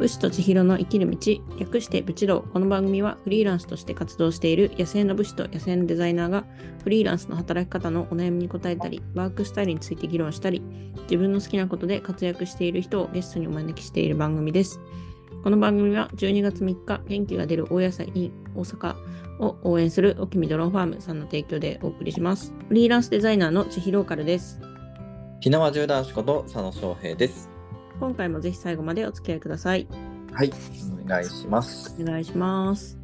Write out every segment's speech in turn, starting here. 牛と千尋の生きる道、略してブチロー。この番組はフリーランスとして活動している野生の武士と野生のデザイナーがフリーランスの働き方のお悩みに答えたり、ワークスタイルについて議論したり、自分の好きなことで活躍している人をゲストにお招きしている番組です。この番組は12月3日、元気が出る大野菜 in 大阪を応援するおきみドローンファームさんの提供でお送りします。フリーランスデザイナーの千尋オカルです。ひなわじゅうだんしこと佐野翔平です。今回もぜひ最後までお付き合いください。はい、お願いします。お願いします。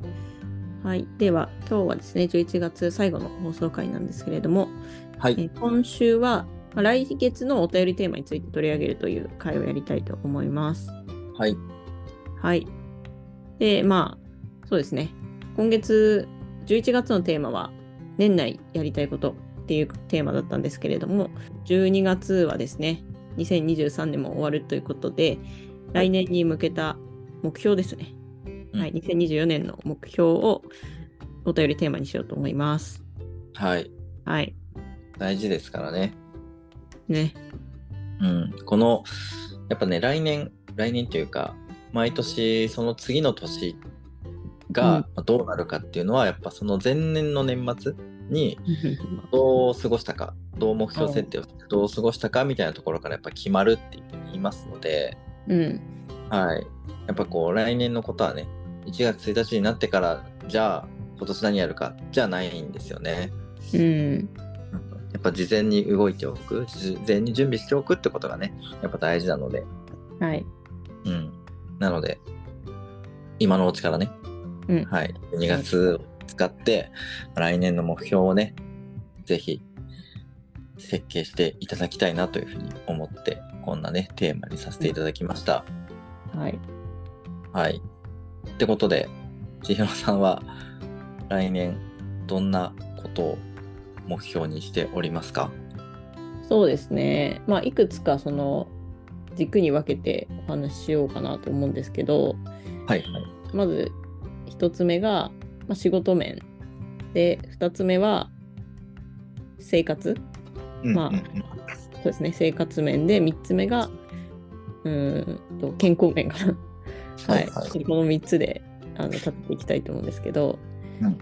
はい、では今日はですね、11月最後の放送回なんですけれども、はえい、ー今週はまあ来月のお便りテーマについて取り上げるという回をやりたいと思います。はい、はい。で、まあ、そうですね。今月、11月のテーマは、年内やりたいことっていうテーマだったんですけれども、12月はですね、2023年も終わるということで、来年に向けた目標ですね。うんはい、2024年の目標をお便りテーマにしようと思います。はい、はい。大事ですからね。ね。うん、この、やっぱね、来年、来年というか、毎年、その次の年うんがまあどうなるかっていうのは、やっぱその前年の年末にどう過ごしたか、どう目標設定をして、どう過ごしたかみたいなところからやっぱ決まるっていうふうに言いますので、 うん。はい。やっぱこう、来年のことはね、1月1日になってから、じゃあ、今年何やるか、じゃないんですよね。うん。やっぱ事前に動いておく、事前に準備しておくってことがね、やっぱ大事なので、はい。うん。なので、今のうちからね、うんはい、2月を使って、来年の目標をね、ぜひ、設計していただきたいなというふうに思って、こんなね、テーマにさせていただきました。はい。はい。ってことで、千尋さんは来年どんなことを目標にしておりますかそうですね、まあ、いくつかその軸に分けてお話ししようかなと思うんですけどはい。まず1つ目が、まあ、仕事面で2つ目は生活まあうんうんそうですね生活面で3つ目がうーんと健康面かなははいい、はい。この3つであの立てていきたいと思うんですけど、うん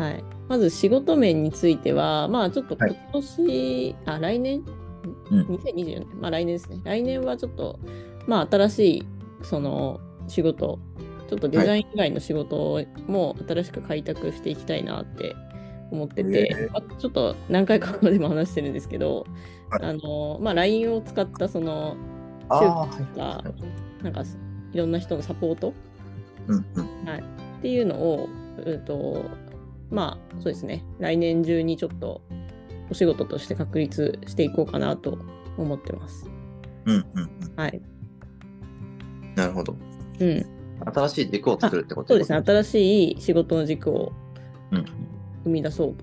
はい、まず仕事面についてはまあちょっとは今い年、あ来年うん2024年、まあ来年ですね。来年はちょっと、まあ新しいその仕事、ちょっとデザイン以外の仕事も新しく開拓していきたいなって思ってて、へえまあちょっと何回かここでも話してるんですけど、はいあの、まあ LINE を使ったその、ああ、は中華い。なんかいろんな人のサポートうんうん。っていうのを、えっと、まあそうですね、来年中にちょっとお仕事として確立していこうかなと思ってます。うんうんうん。はい。なるほど。うん。新しい軸を作るってことそうですね、新しい仕事の軸をうん生み出そうと。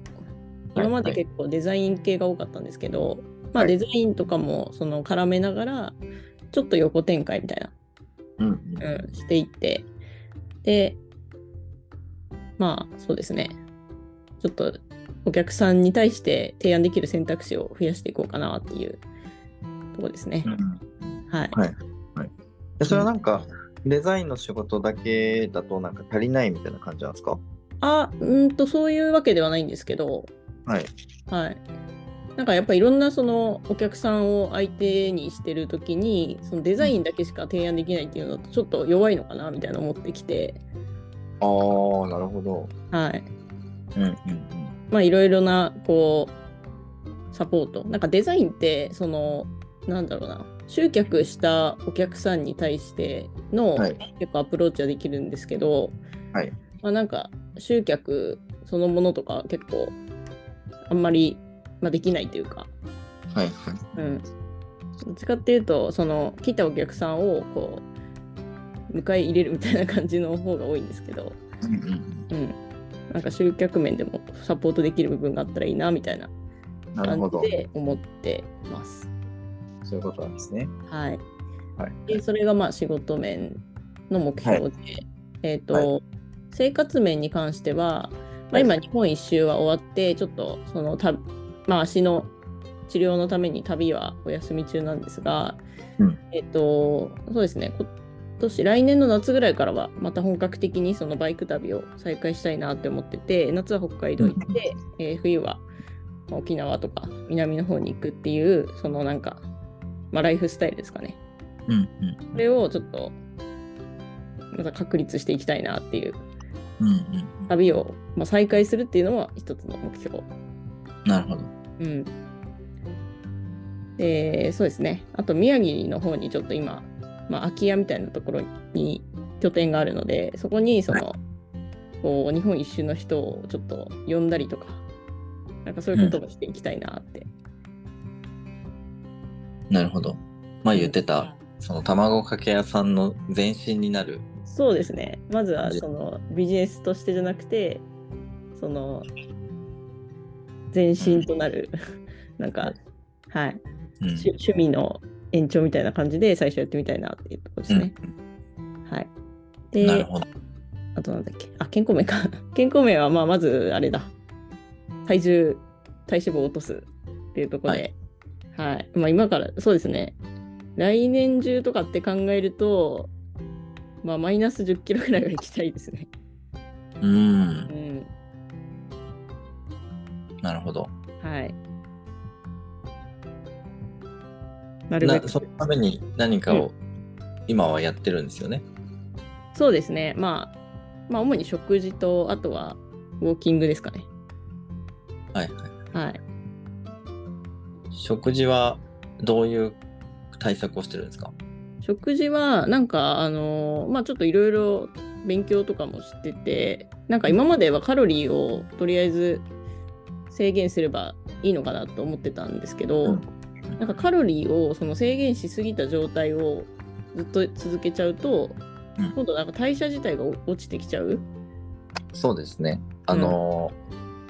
今まで結構デザイン系が多かったんですけど、まあはいデザインとかもその絡めながら、ちょっと横展開みたいうんうんな、うん、していって、で、まあそうですね、ちょっとお客さんに対して提案できる選択肢を増やしていこうかなっていうとこですねう。んうん。はい。でそれはなんか、デザインの仕事だけだとなんか足りないみたいな感じなんですかあ、うーんと、そういうわけではないんですけど、はい。はい。なんかやっぱいろんなそのお客さんを相手にしてる時にそのデザインだけしか提案できないっていうのだとちょっと弱いのかなみたいな思ってきてああ、なるほど。はいうんうんうん。まあいろいろなこうサポートなんかデザインってそのなんだろうな集客したお客さんに対してのはい結構アプローチはできるんですけど、はいまあ、なんか集客そのものとか結構あんまり、まあ、できないというかはいはい。うん、どっちかっていうとその来たお客さんをこう迎え入れるみたいな感じの方が多いんですけど、うんうんうん、なんか集客面でもサポートできる部分があったらいいなみたいなうん。なる感ほじど。で思ってます。そういうことなんですね。はい、はい。でそれがまあ仕事面の目標で、えっ、と、は生活面に関しては、まあ、今日本一周は終わってちょっとそのた、まあ、足の治療のために旅はお休み中なんですが、うんえっ、とそうですねこどうし来年の夏ぐらいからはまた本格的にそのバイク旅を再開したいなって思ってて夏は北海道行って、えー冬はまあ沖縄とか南の方に行くっていうそのなんか、まあ、ライフスタイルですかねうんそれをちょっとまた確立していきたいなっていううんうんうん旅を、まあ、再開するっていうのは一つの目標なるほどうん。で、そうですね。あと、宮城の方にちょっと今、まあ、空き家みたいなところに拠点があるので、そこに、その、こう、日本一周の人をちょっと呼んだりとか、なんかそういうこともしていきたいなって。なるほど前言ってたその卵かけ屋さんの前身になるそうですね。まずは、じその、ビジネスとしてじゃなくて、その、前身となる、 なんか、はい、うん趣趣味の延長みたいな感じで最初やってみたいなっていうところですね。はい。うんなるで、ほどあとなんだっけ。あ、健康面か。 健康面は、まあ、まず、あれだ。体重、体脂肪を落とすっていうところで。はい、まあ、今から、そうですね。来年中とかって考えると、まあ、マイナス10キロぐらいは行きたいですね。うんうん。なるほどはい。なるべなく。そのために何かを今はやってるんですよねそうですね。まあ、まあ、主に食事と、あとは、ウォーキングですかね。はいははい。い食事はどういう対策をしてるんですか食事はなんかあのまあちょっといろいろ勉強とかもしててなんか今まではカロリーをとりあえず制限すればいいのかなと思ってたんですけど、うんなんかカロリーをその制限しすぎた状態をずっと続けちゃうと、うん今度なんか代謝自体が落ちてきちゃう、そうですねあの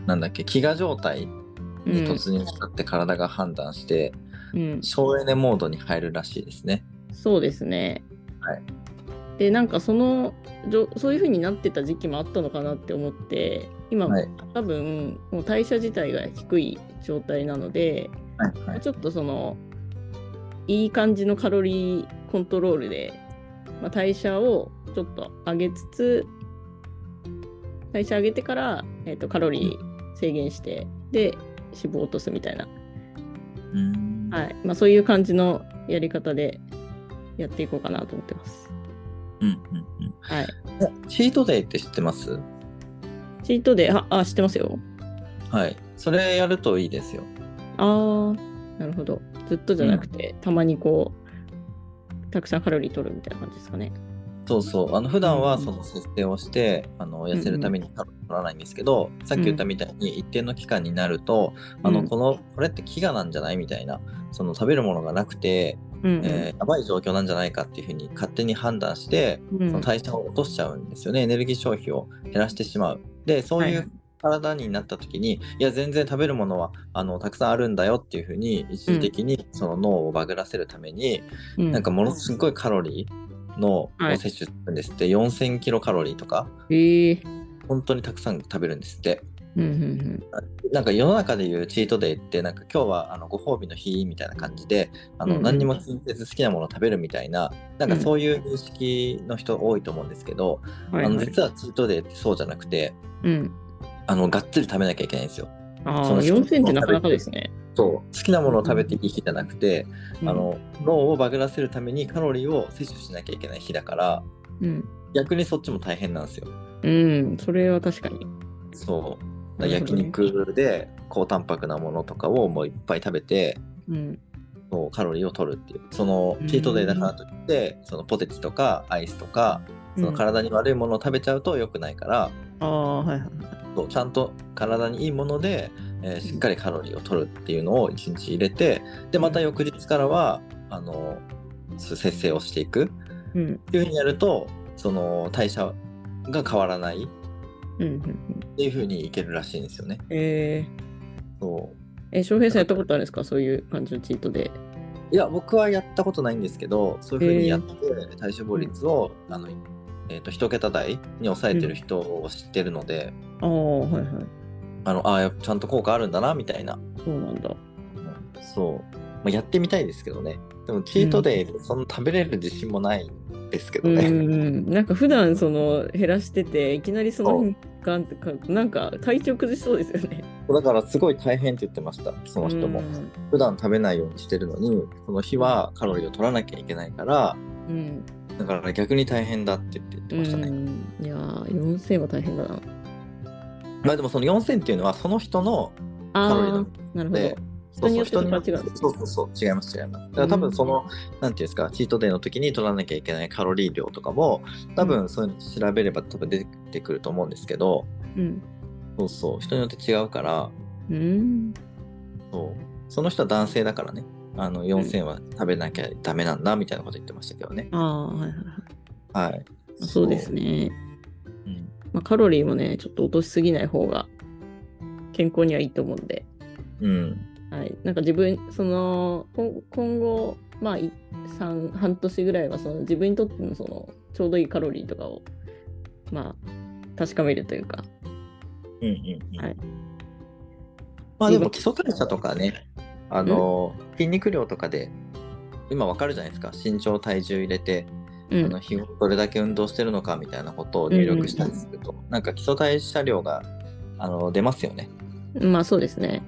ーなんだっけ飢餓状態うにん突入したって体が判断して、うん、省エネモードに入るらしいですね。そうですね。はいでなんかそのじょそういう風になってた時期もあったのかなって思って今、はい多分もう代謝自体が低い状態なので、はいはちょっとそのいい感じのカロリーコントロールで、まあ、代謝をちょっと上げつつ代謝上げてから、えっとカロリー制限してで脂肪を落とすみたいない。はいまあ、そういう感じのやり方でやっていこうかなと思ってます。うんうんうんはい、チートデイって知ってますチートデイ、あ、あ知ってますよ。はい。それやるといいですよ。あー、なるほど。ずっとじゃなくて、たまにこう、たくさんカロリー取るみたいな感じですかね。そうそう。あの普段はうんうんその節制をして、あの痩せるためにカロリー取らないんですけど、さっき言ったみたいに一定の期間になると、あうのんこのこれって飢餓なんじゃないみたいな、その食べるものがなくて、うん、えーやばい状況なんじゃないかっていうふうに勝手に判断して、うんその代謝を落としちゃうんですよね、エネルギー消費を減らしてしまう。で、そういはいう体になった時に、いや、全然食べるものはあのたくさんあるんだよっていうふうに、一時的にその脳をバグらせるために、うんなんかものすごいカロリーのをはい摂取するんですって、4000キロカロリーとか、えー本当にたくさん食べるんですって。うんうんなんか世の中でいうチートデイってなんか今日はあのご褒美の日みたいな感じであのうん何にも気にせず好きなものを食べるみたいななんかうんそういう認識の人多いと思うんですけど、うん、はいあのはい実はチートデイってそうじゃなくてうん、あのがっつり食べなきゃいけないんですよ。あそあ、の4000ってなかなかですね。そう好きなものを食べていい日じゃなくて、あの脳をバグらせるためにカロリーを摂取しなきゃいけない日だからうん、逆にそっちも大変なんですよ。うん、うん、それは確かに。そうなるほ焼どね肉で高タンパクなものとかをもういっぱい食べてうん、そうカロリーを取るっていうそのうんチートデイだからといって、そのポテチとかアイスとかそのうん、あ体に悪いものを食べちゃうと良くないから、あー、はいはい。そうちゃんと体にいいもので、えーしっかりカロリーを取るっていうのを1日入れてでまた翌日からはあのそう節制をしていくうん、っていうふうにやるとその代謝が変わらないうん、うんうん。っていうふうにいけるらしいんですよね。えー、そうえ、翔平さんやったことあるんですかそういう感じのチートデイ。いや僕はやったことないんですけどそういうふうにやって体脂肪率を、あのえー、と一桁台に抑えてる人を知ってるので、ああ、はいはい。あのあーちゃんと効果あるんだなみたいなそうなんだ。うんそうまあ、やってみたいですけどね。でも、チートデイ、そんな食べれる自信もないですけどうんうね。ん、なんか普段その減らしてていきなりその日にガンって買うとなんか体調崩しそうですよね。 だから、すごい大変って言ってました、その人も。普段食べないようにしてるのに、その日はカロリーを取らなきゃいけないから、うん。だから逆に大変だって言って言ってうましたね。ん。いやー4000は大変だな。まあでもその4000っていうのはその人のカロリーあのあ、なるほでど。、人によってそうそうとか違うんですねそうそうそう違います違います。だから多分その、なんていうんですか、チートデイの時に取らなきゃいけないカロリー量とかも、多分そういうの調べれば多分出てくると思うんですけど、うん。そうそう、人によって違うから、うん。そうその人は男性だからね、あの4000は食べなきゃダメなんだみたいなこと言ってましたけどね。ああ、はいはいははい。い。そうですね。そう。うんまあ、カロリーもね、ちょっと落としすぎない方が健康にはいいと思うんで。うん。はい、なんか自分その今今後まあい三半年ぐらいはその自分にとってのそのちょうどいいカロリーとかをまあ確かめるというか、うんうんうん。はいまあでも基礎代謝とかね、あの、筋肉量とかで、今わかるじゃないですか。身長、体重入れて、うあんの、日頃どれだけ運動してるのかみたいなことを入力したりすると、なんか基礎代謝量があの出ますよね。まあそうですね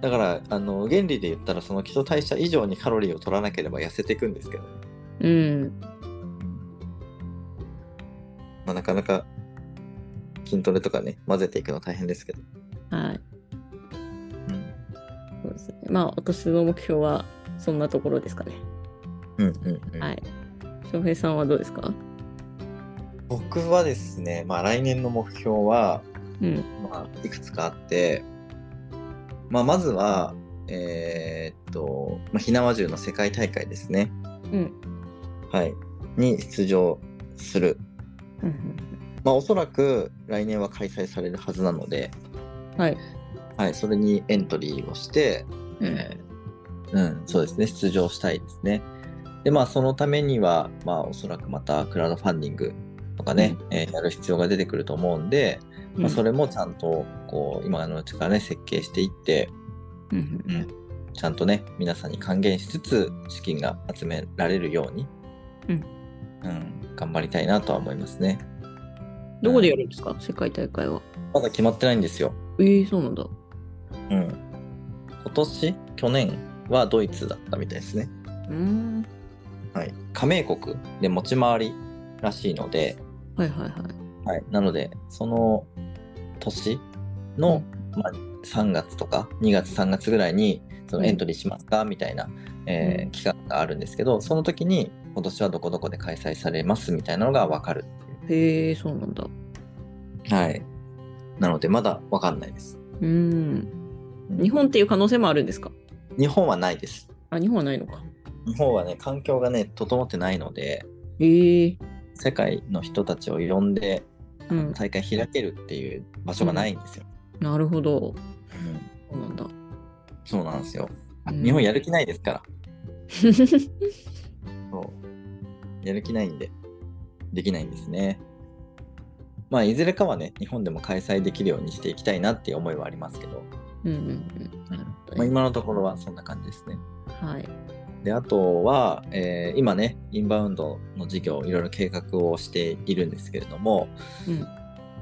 だからあの原理で言ったらその基礎代謝以上にカロリーを取らなければ痩せていくんですけど、ねうんまあ、なかなか筋トレとかね混ぜていくの大変ですけど、はいうん、そうですねまあ私の目標はそんなところですかねうんうんうんはい翔平さんはどうですか僕はですね、まあ、来年の目標は、うんまあ、いくつかあって、まあ、まずはえーっと、まあ、火縄銃の世界大会ですねうんはい、に出場する、うんまあ、おそらく来年は開催されるはずなので、はいはい、それにエントリーをして、えーうん、そうですね、出場したいですね。で、まあ、そのためには、まあ、おそらくまたクラウドファンディングとかね、えーやる必要が出てくると思うんで、まあ、それもちゃんと、こう、今のうちからね、設計していって、うんちゃんとね、皆さんに還元しつつ、資金が集められるように、うんうん頑張りたいなとは思いますね。どこでやるんですか世界大会はまだ決まってないんですよ。ええそうなんだうん。今年、去年はドイツだったみたいですね。うんはい。加盟国で持ち回りらしいので、はいはいはいはい。なので、その年の、まあ、3月とか、2月、3月ぐらいに、そのエントリーしますか、みたいな、えー期間があるんですけど、その時に、今年はどこどこで開催されますみたいなのがわかるっていへえそうなんだう。はい。なので、まだわかんないです。うんうん日本っていう可能性もあるんですか日本はないです。あ、日本はないのか。日本はね、環境がね、整ってないので、ええ世界の人たちを呼んでうん。大会開けるっていう場所がないんですよ。なるほど。うんそう なんだ。そうなんですよ。うん日本やる気ないですから。そうやる気ないんで、できないんですね。まあ、いずれかはね、日本でも開催できるようにしていきたいなっていう思いはありますけど、うんうんうん。なるほまどあ、ね。今のところはそんな感じですね。はい。で、あとは、えー今ね、インバウンドの事業、いろいろ計画をしているんですけれども、うん。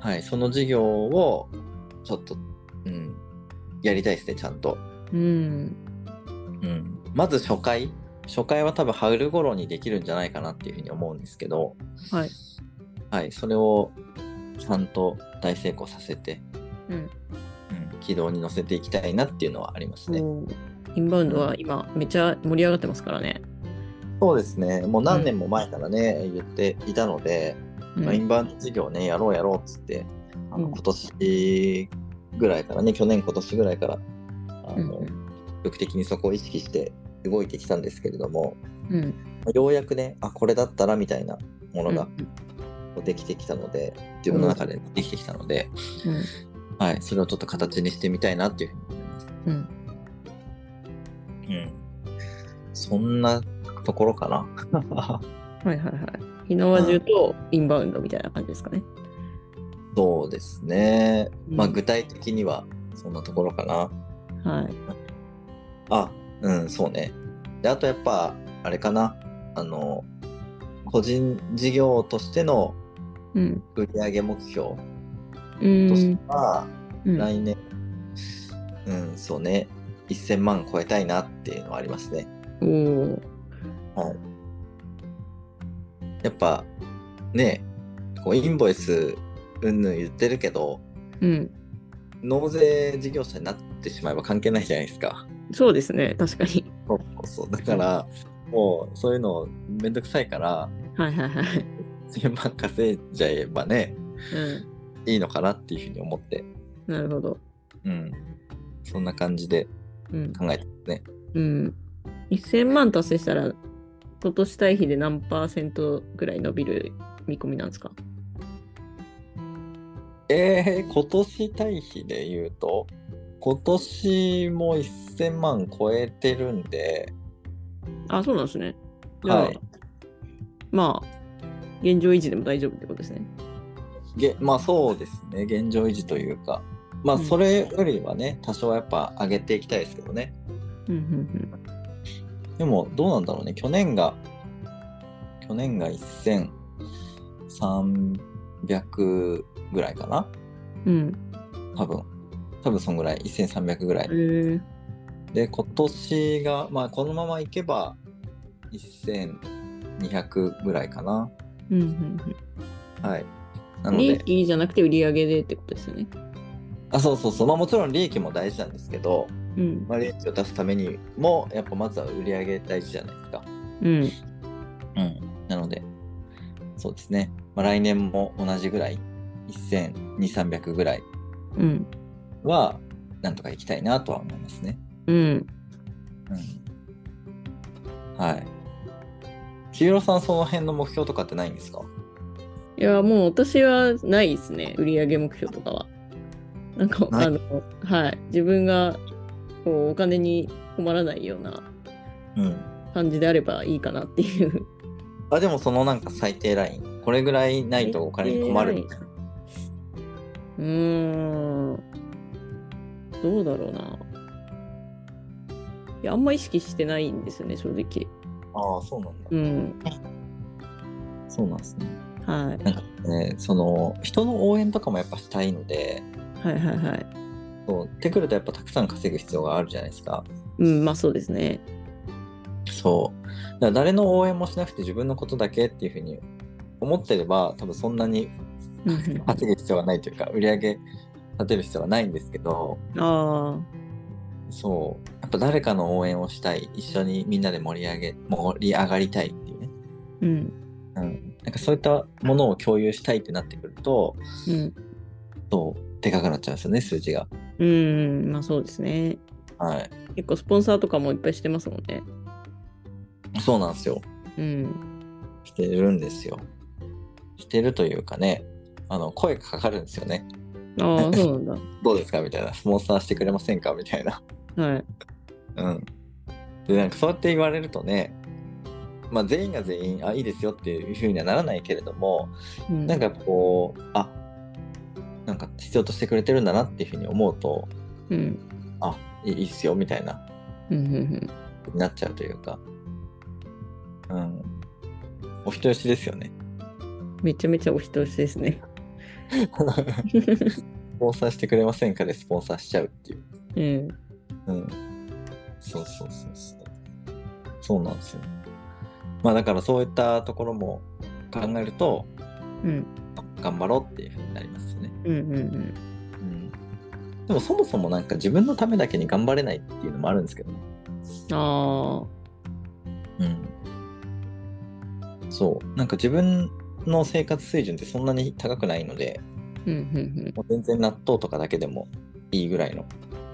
はい、その事業をちょっと、うん、やりたいですね、ちゃんと。うん。うん、まず初回初回は多分春頃にできるんじゃないかなっていうふうに思うんですけど、はい。はい、それをちゃんと大成功させて、うん。うん、軌道に乗せていきたいなっていうのはありますね。おーインバウンドは今、めちゃ盛り上がってますからね。そうですねもう何年も前からね、言っていたので、うんまあインバウンド事業ねやろうやろうっつってあうのん今年ぐらいからね去年今年ぐらいからあの、うんう積極的にそこを意識して動いてきたんですけれどもうん。ようやくねあこれだったらみたいなものがうんできてきたので、自分の中でできてきたので、はい、それをちょっと形にしてみたいなっていうふうに思います。うん。うんうん、そんなところか な。はいはいはい。火の輪中とインバウンドみたいな感じですかね。そうですね。まあうん具体的にはそんなところかな。はい。あうん、そうね。で、あとやっぱ、あれかな、あの、個人事業としてのうん。売上目標うとしんて。は、うん来年、うん、そうね、1000万超えたいなっていうのはありますね。おーやっぱ、ね、こうインボイス、うんぬん言ってるけど、うん。納税事業者になってしまえば関係ないじゃないですか。そうですね、確かに。そうそうそうだから、もうそういうのめんどくさいから、はいはいはい。 1000万稼いじゃえばね、ういいのかなっていうふうに思って、ん。なるほど。うん。そんな感じでうん。考えてますね。うん。1000万達成したら、今年対比で何パーセントぐらい伸びる見込みなんですかえー、今年対比で言うと、今年も1000万超えてるんで、あ、そうなんですね。じゃあはい。まあ、現状維持でも大丈夫ってことですね。げまあそうですね、現状維持というか、まあうんそれよりはね、多少はやっぱ上げていきたいですけどね。うんうんでもどうなんだろうね、去年が、去年が1300ぐらいかな、うん。うん。多分。多分そんぐらい、1300ぐらえ。いー、で、今年が、まあこのままいけば1200ぐらいかな。うんうんはい。なうん。の利で、益じゃなくて売り上げでってことですよね。あ、そうそうそう、まあもちろん利益も大事なんですけど、うん。まあ、利益を出すためにも、やっぱまずは売り上げ大事じゃないですか。うん。うん。なので、そうですね。まあ、来年も同じぐらい、1200、300ぐらいうん。は、なんとか行きたいなとは思いますね。うん。うん。はい。千尋さん、その辺の目標とかってないんですかいや、もう私はないですね、売上目標とかは。なんか、ないあの、はい、自分がこうお金に困らないようなうん。感じであればいいかなっていう。あ、でもそのなんか最低ライン。これぐらいないとお金に困るみたいな。うーん、どうだろうな。いや、あんま意識してないんですよね、正直。ああ、そうなんだ。うん、そうなんですね。はなんかね、その人の応援とかもやっぱしたいので、い、はい、はい、はい。そうってくるとやっぱたくさん稼ぐ必要があるじゃないですか。うん、まあそうですね。そう。だから誰の応援もしなくて自分のことだけっていうふうに思ってれば、多分そんなにうんうん稼ぐ必要はないというか、売り上げ立てる必要はないんですけど、あそう。やっぱ誰かの応援をしたい、一緒にみんなで盛り上げ、盛り上がりたいっていうね。あ、うん、うん。なんかそういったものを共有したいってなってくると、うん、そう、でかくなっちゃうんですよね、数字が。うん、まあそうですね。はい。結構スポンサーとかもいっぱいしてますもんね。そうなんですよ。うん。してるんですよ。してるというかね、あの声がかかるんですよね。ああ、そうなんどうですかみたいな。スポンサーしてくれませんかみたいな。だ。はい。うん。で、なんかそうやって言われるとね、まあ全員が全員、あ、いいですよっていうふうにはならないけれども、うん、なんかこう、あ、なんか必要としてくれてるんだなっていうふうに思うと、うん、あ、いいいいっすよみたいな、うん、うん、になっちゃうというか。うん。お人よしですよね。うん。めちゃめちゃお人よしですね。スポンサーしてくれませんかでスポンサーしちゃうっていう。うん。うん。そうそうそうそう。そうなんですよ。まあだからそういったところも考えると、うん、頑張ろうっていうふうになりますよね。うん、うん、うん。でもそもそもなんか自分のためだけに頑張れないっていうのもあるんですけどね。うん。あうん。そう。なんか自分の生活水準ってそんなに高くないのあ、で、うん、うん、もう全然納豆とかだけでもいいぐらいの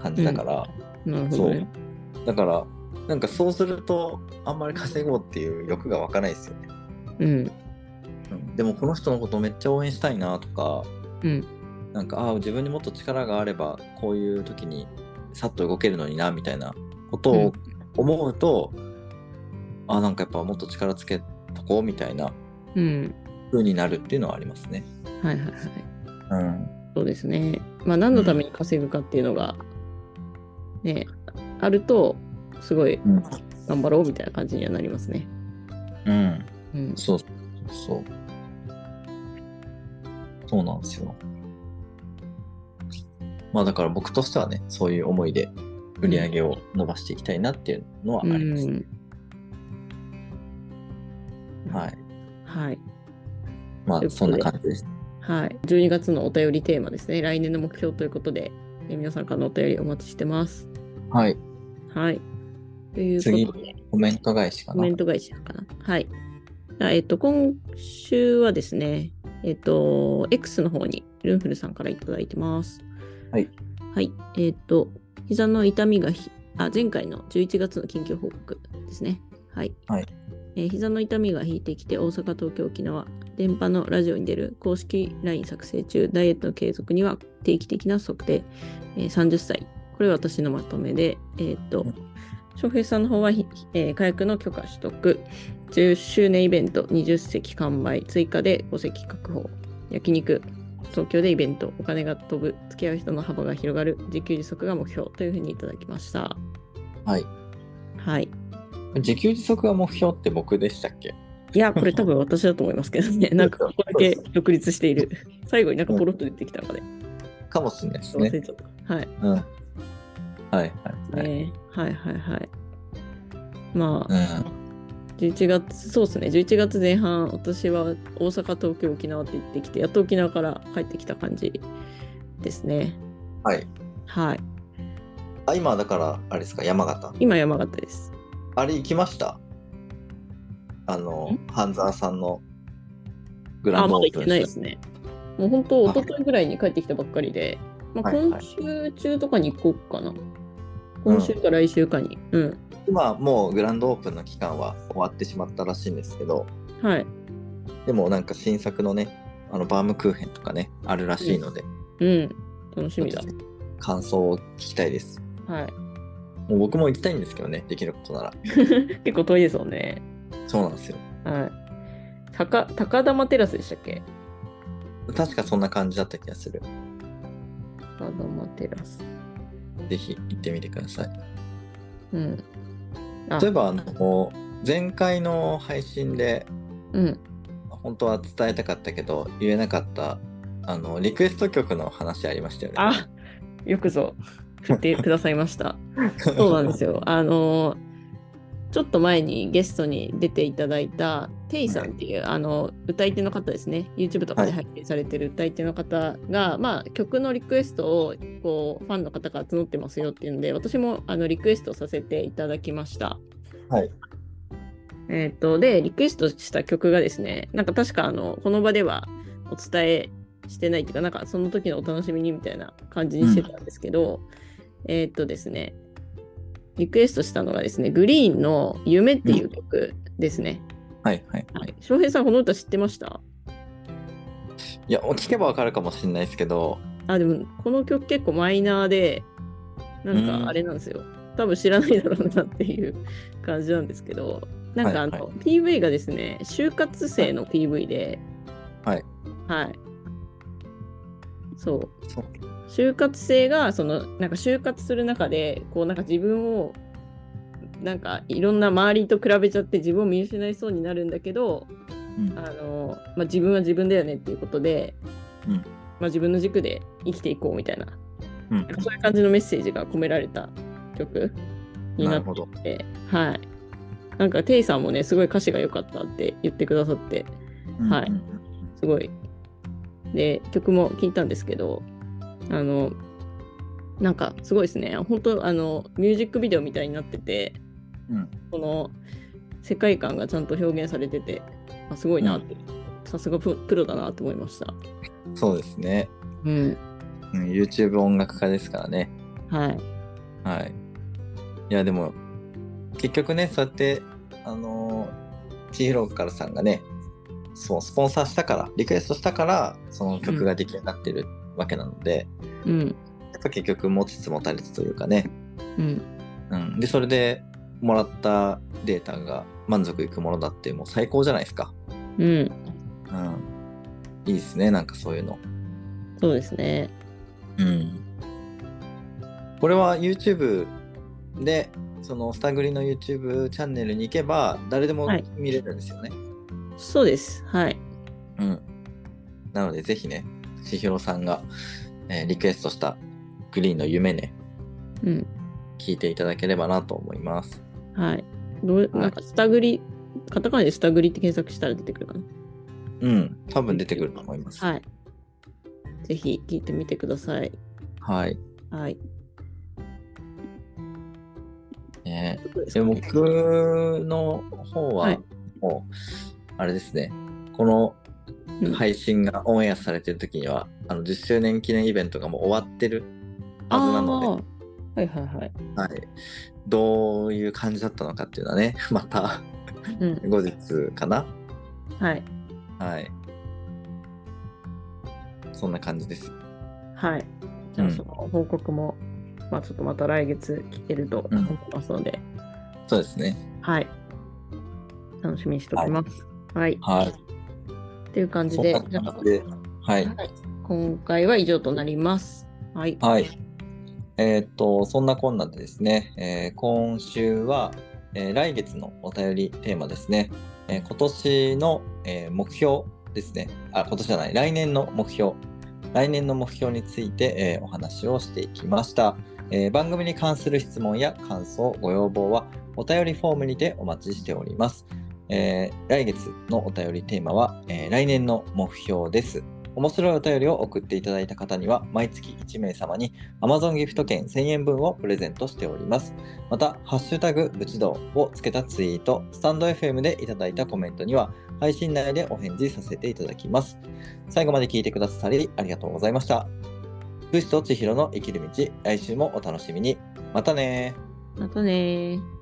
感じだから、うん。なるほどね。だからなんかそうするとあんまり稼ごうっていう欲が湧かないですよね、うん、うんでもこの人のことめっちゃ応援したいなとかうん、なんかああ自分にもっと力があればこういう時にさっと動けるのになみたいなことうんを思うと、ああなんかやっぱもっと力つけとこうみたいなうん。風になるっていうのはありますね。はい、はい、はい。うん、そうですね。まあ、何のために稼ぐかっていうのが、ね、あると、すごいうん頑張ろうみたいな感じにはなりますね。うん、うん、そうそうそう。そうなんですよ。まあだから僕としてはね、そういう思いで売り上げを伸ばしていきたいなっていうのはあうります。ん、はい。はい、まということであそんな感じです。はい、12月のお便りテーマですね。来年の目標ということで、え皆さんからのお便りお待ちしてます。はい。はい。という次ことで、コメント返しかコなメ。ント返しかな。はい。じゃあえっと、今週はですね、えっと、X の方にルンフルさんからいただいてます。はい。はい。えっと、膝の痛みがひ、あ、前回の11月の緊急報告ですね。はい。はいえー膝の痛みが引いてきて、大阪、東京、沖縄、電波のラジオに出る公式 LINE 作成中、ダイエットの継続には定期的な測定、えー30歳。これは私のまとめで、えっと、翔平さんの方は、ひえー火薬の許可取得、10周年イベント20席完売、追加で5席確保、焼肉、東京でイベント、お金が飛ぶ、付き合う人の幅が広がる、自給自足が目標というふうにいただきました。はい。はい。自給自足が目標って僕でしたっけいや、これ多分私だと思いますけどね。なんかここだけ独立している。最後になんかポロッと出てきたので、かもしれないです忘ね。れちゃった。はい。うん。はいはいはい。ねはいはいはい。まあ、うん。 11月、そうですね、11月前半、私は大阪、東京、沖縄って行ってきて、やっと沖縄から帰ってきた感じですね。はい。はい。あ、今だから、あれですか、山形。今、山形です。あれ行きましたあの、半沢さんのグラあ、ンドまオだー行プっンてないしでたすね。もう本当、一昨日ぐらいに帰ってきたばっかりで、まあ、はいは今い週中とかに行こうかな。今週か来週かに。うん。今もうグランドオープンの期間は終わってしまったらしいんですけど、はい。でもなんか新作のね、あのバームクーヘンとかね、あるらしいので、うん。楽しみちょだっ。とね感想を聞きたいです。はい。もう僕も行きたいんですけどね、できることなら。結構遠いですもんね。そうなんですよ。はい。高高玉テラスでしたっけ確かそんな感じだった気がする。高玉テラス。ぜひ行ってみてください。うん。あ例えば、あの、前回の配信で、うん。本当は伝えたかったけど言えなかったあのリクエスト曲の話ありましたよね。あよくぞ振ってくださいました。そうなんですよ。あのちょっと前にゲストに出ていただいたテイさんっていう、あの歌い手の方ですね YouTube とかでは配信されてる歌い手の方が、まあ、曲のリクエストをこうファンの方から募ってますよっていうので私もあのリクエストさせていただきました。はいえっとでリクエストした曲がですねなんか確かあのこの場ではお伝えしてないっていうかなんかその時のお楽しみにみたいな感じにしてたんですけど、えっとですねリクエストしたのがですねグリーンの「夢」っていう曲ですね。はいはいは。はいい、翔平さんこの歌知ってましたいやもう聞けばわかるかもしれないですけど、あでもこの曲結構マイナーでなんうんかあれなんですよ多分知らないだろうなっていう感じなんですけどなんかあの、はいは PV がですね就活生の PV でははい、はい、そうそう就活生がそのなんか就活する中でこうなんか自分をなんかいろんな周りと比べちゃって自分を見失いそうになるんだけどうんあの、まあ、自分は自分だよねっていうことで、うんまあ、自分の軸で生きていこうみたいなうんなんかそういう感じのメッセージが込められた曲にななるっほど。てはいなんかテイさんもねすごい歌詞が良かったって言ってくださってはいうんすごい。で、曲も聴いたんですけど、あの、なんかすごいですね。本当あの、ミュージックビデオみたいになってて、うんうんこの世界観がちゃんと表現されてて、あすごいなって、さすがププロだなと思いました。うんそうですね、うん。うん。YouTube 音楽家ですからね。はい。はい。いやでも結局ねそうやってあのー千尋からさんがねそうスポンサーしたからリクエストしたからその曲が出来上がってるわけなので、うん。やっぱ結局持ちつ持たれつというかねうん。うん、でそれでもらったデータが満足いくものだってもう最高じゃないですか、うん。うん、いいですねなんかそういうの、そうですね。うん、これは YouTube でそのスタグリの YouTube チャンネルに行けば誰でもはい見れるんですよね。そうです。はい。うん。なのでぜひね、しひろさんが、えーリクエストしたグリーンの夢ね、うん。聞いていただければなと思います。はい。どう、なんか、スタグリ、カタカナでスタグリって検索したら出てくるかな。うん。多分出てくると思います。はい。ぜひ聞いてみてください。はい。はい。ねどうですでかね僕の方ははいもう、あれですねこのうん配信がオンエアされてる時には、あの10周年記念イベントがもう終わってるはずなのあで、ーはいはいはい。はい、どういう感じだったのかっていうのはね またうん。後日かなはい。はいそんな感じですはい。じゃあ、うんその報告も、まあ、ちょっとまた来月聞けると思いますので、そうですねはい。楽しみにしておきます。はい。はいっていう感じそんでな、じゃあ感じではいはい今回は以上となります。はい。はい。えーっと、そんなこんなでですね、えー今週は、えー来月のお便りテーマですね、えー今年の、えー目標ですね、あ、今年じゃない、来年の目標、来年の目標について、えーお話をしていきました、えー番組に関する質問や感想、ご要望は、お便りフォームにてお待ちしております。えー来月のお便りテーマは、えー来年の目標です。面白いお便りを送っていただいた方には、毎月1名様に Amazon ギフト券1000円分をプレゼントしております。また、ハッシュタグ、ぶちどうをつけたツイート、スタンド FM でいただいたコメントには、配信内でお返事させていただきます。最後まで聞いてくださり、ありがとうございました。武士と千尋の生きる道、来週もお楽しみに。またねー。またねー。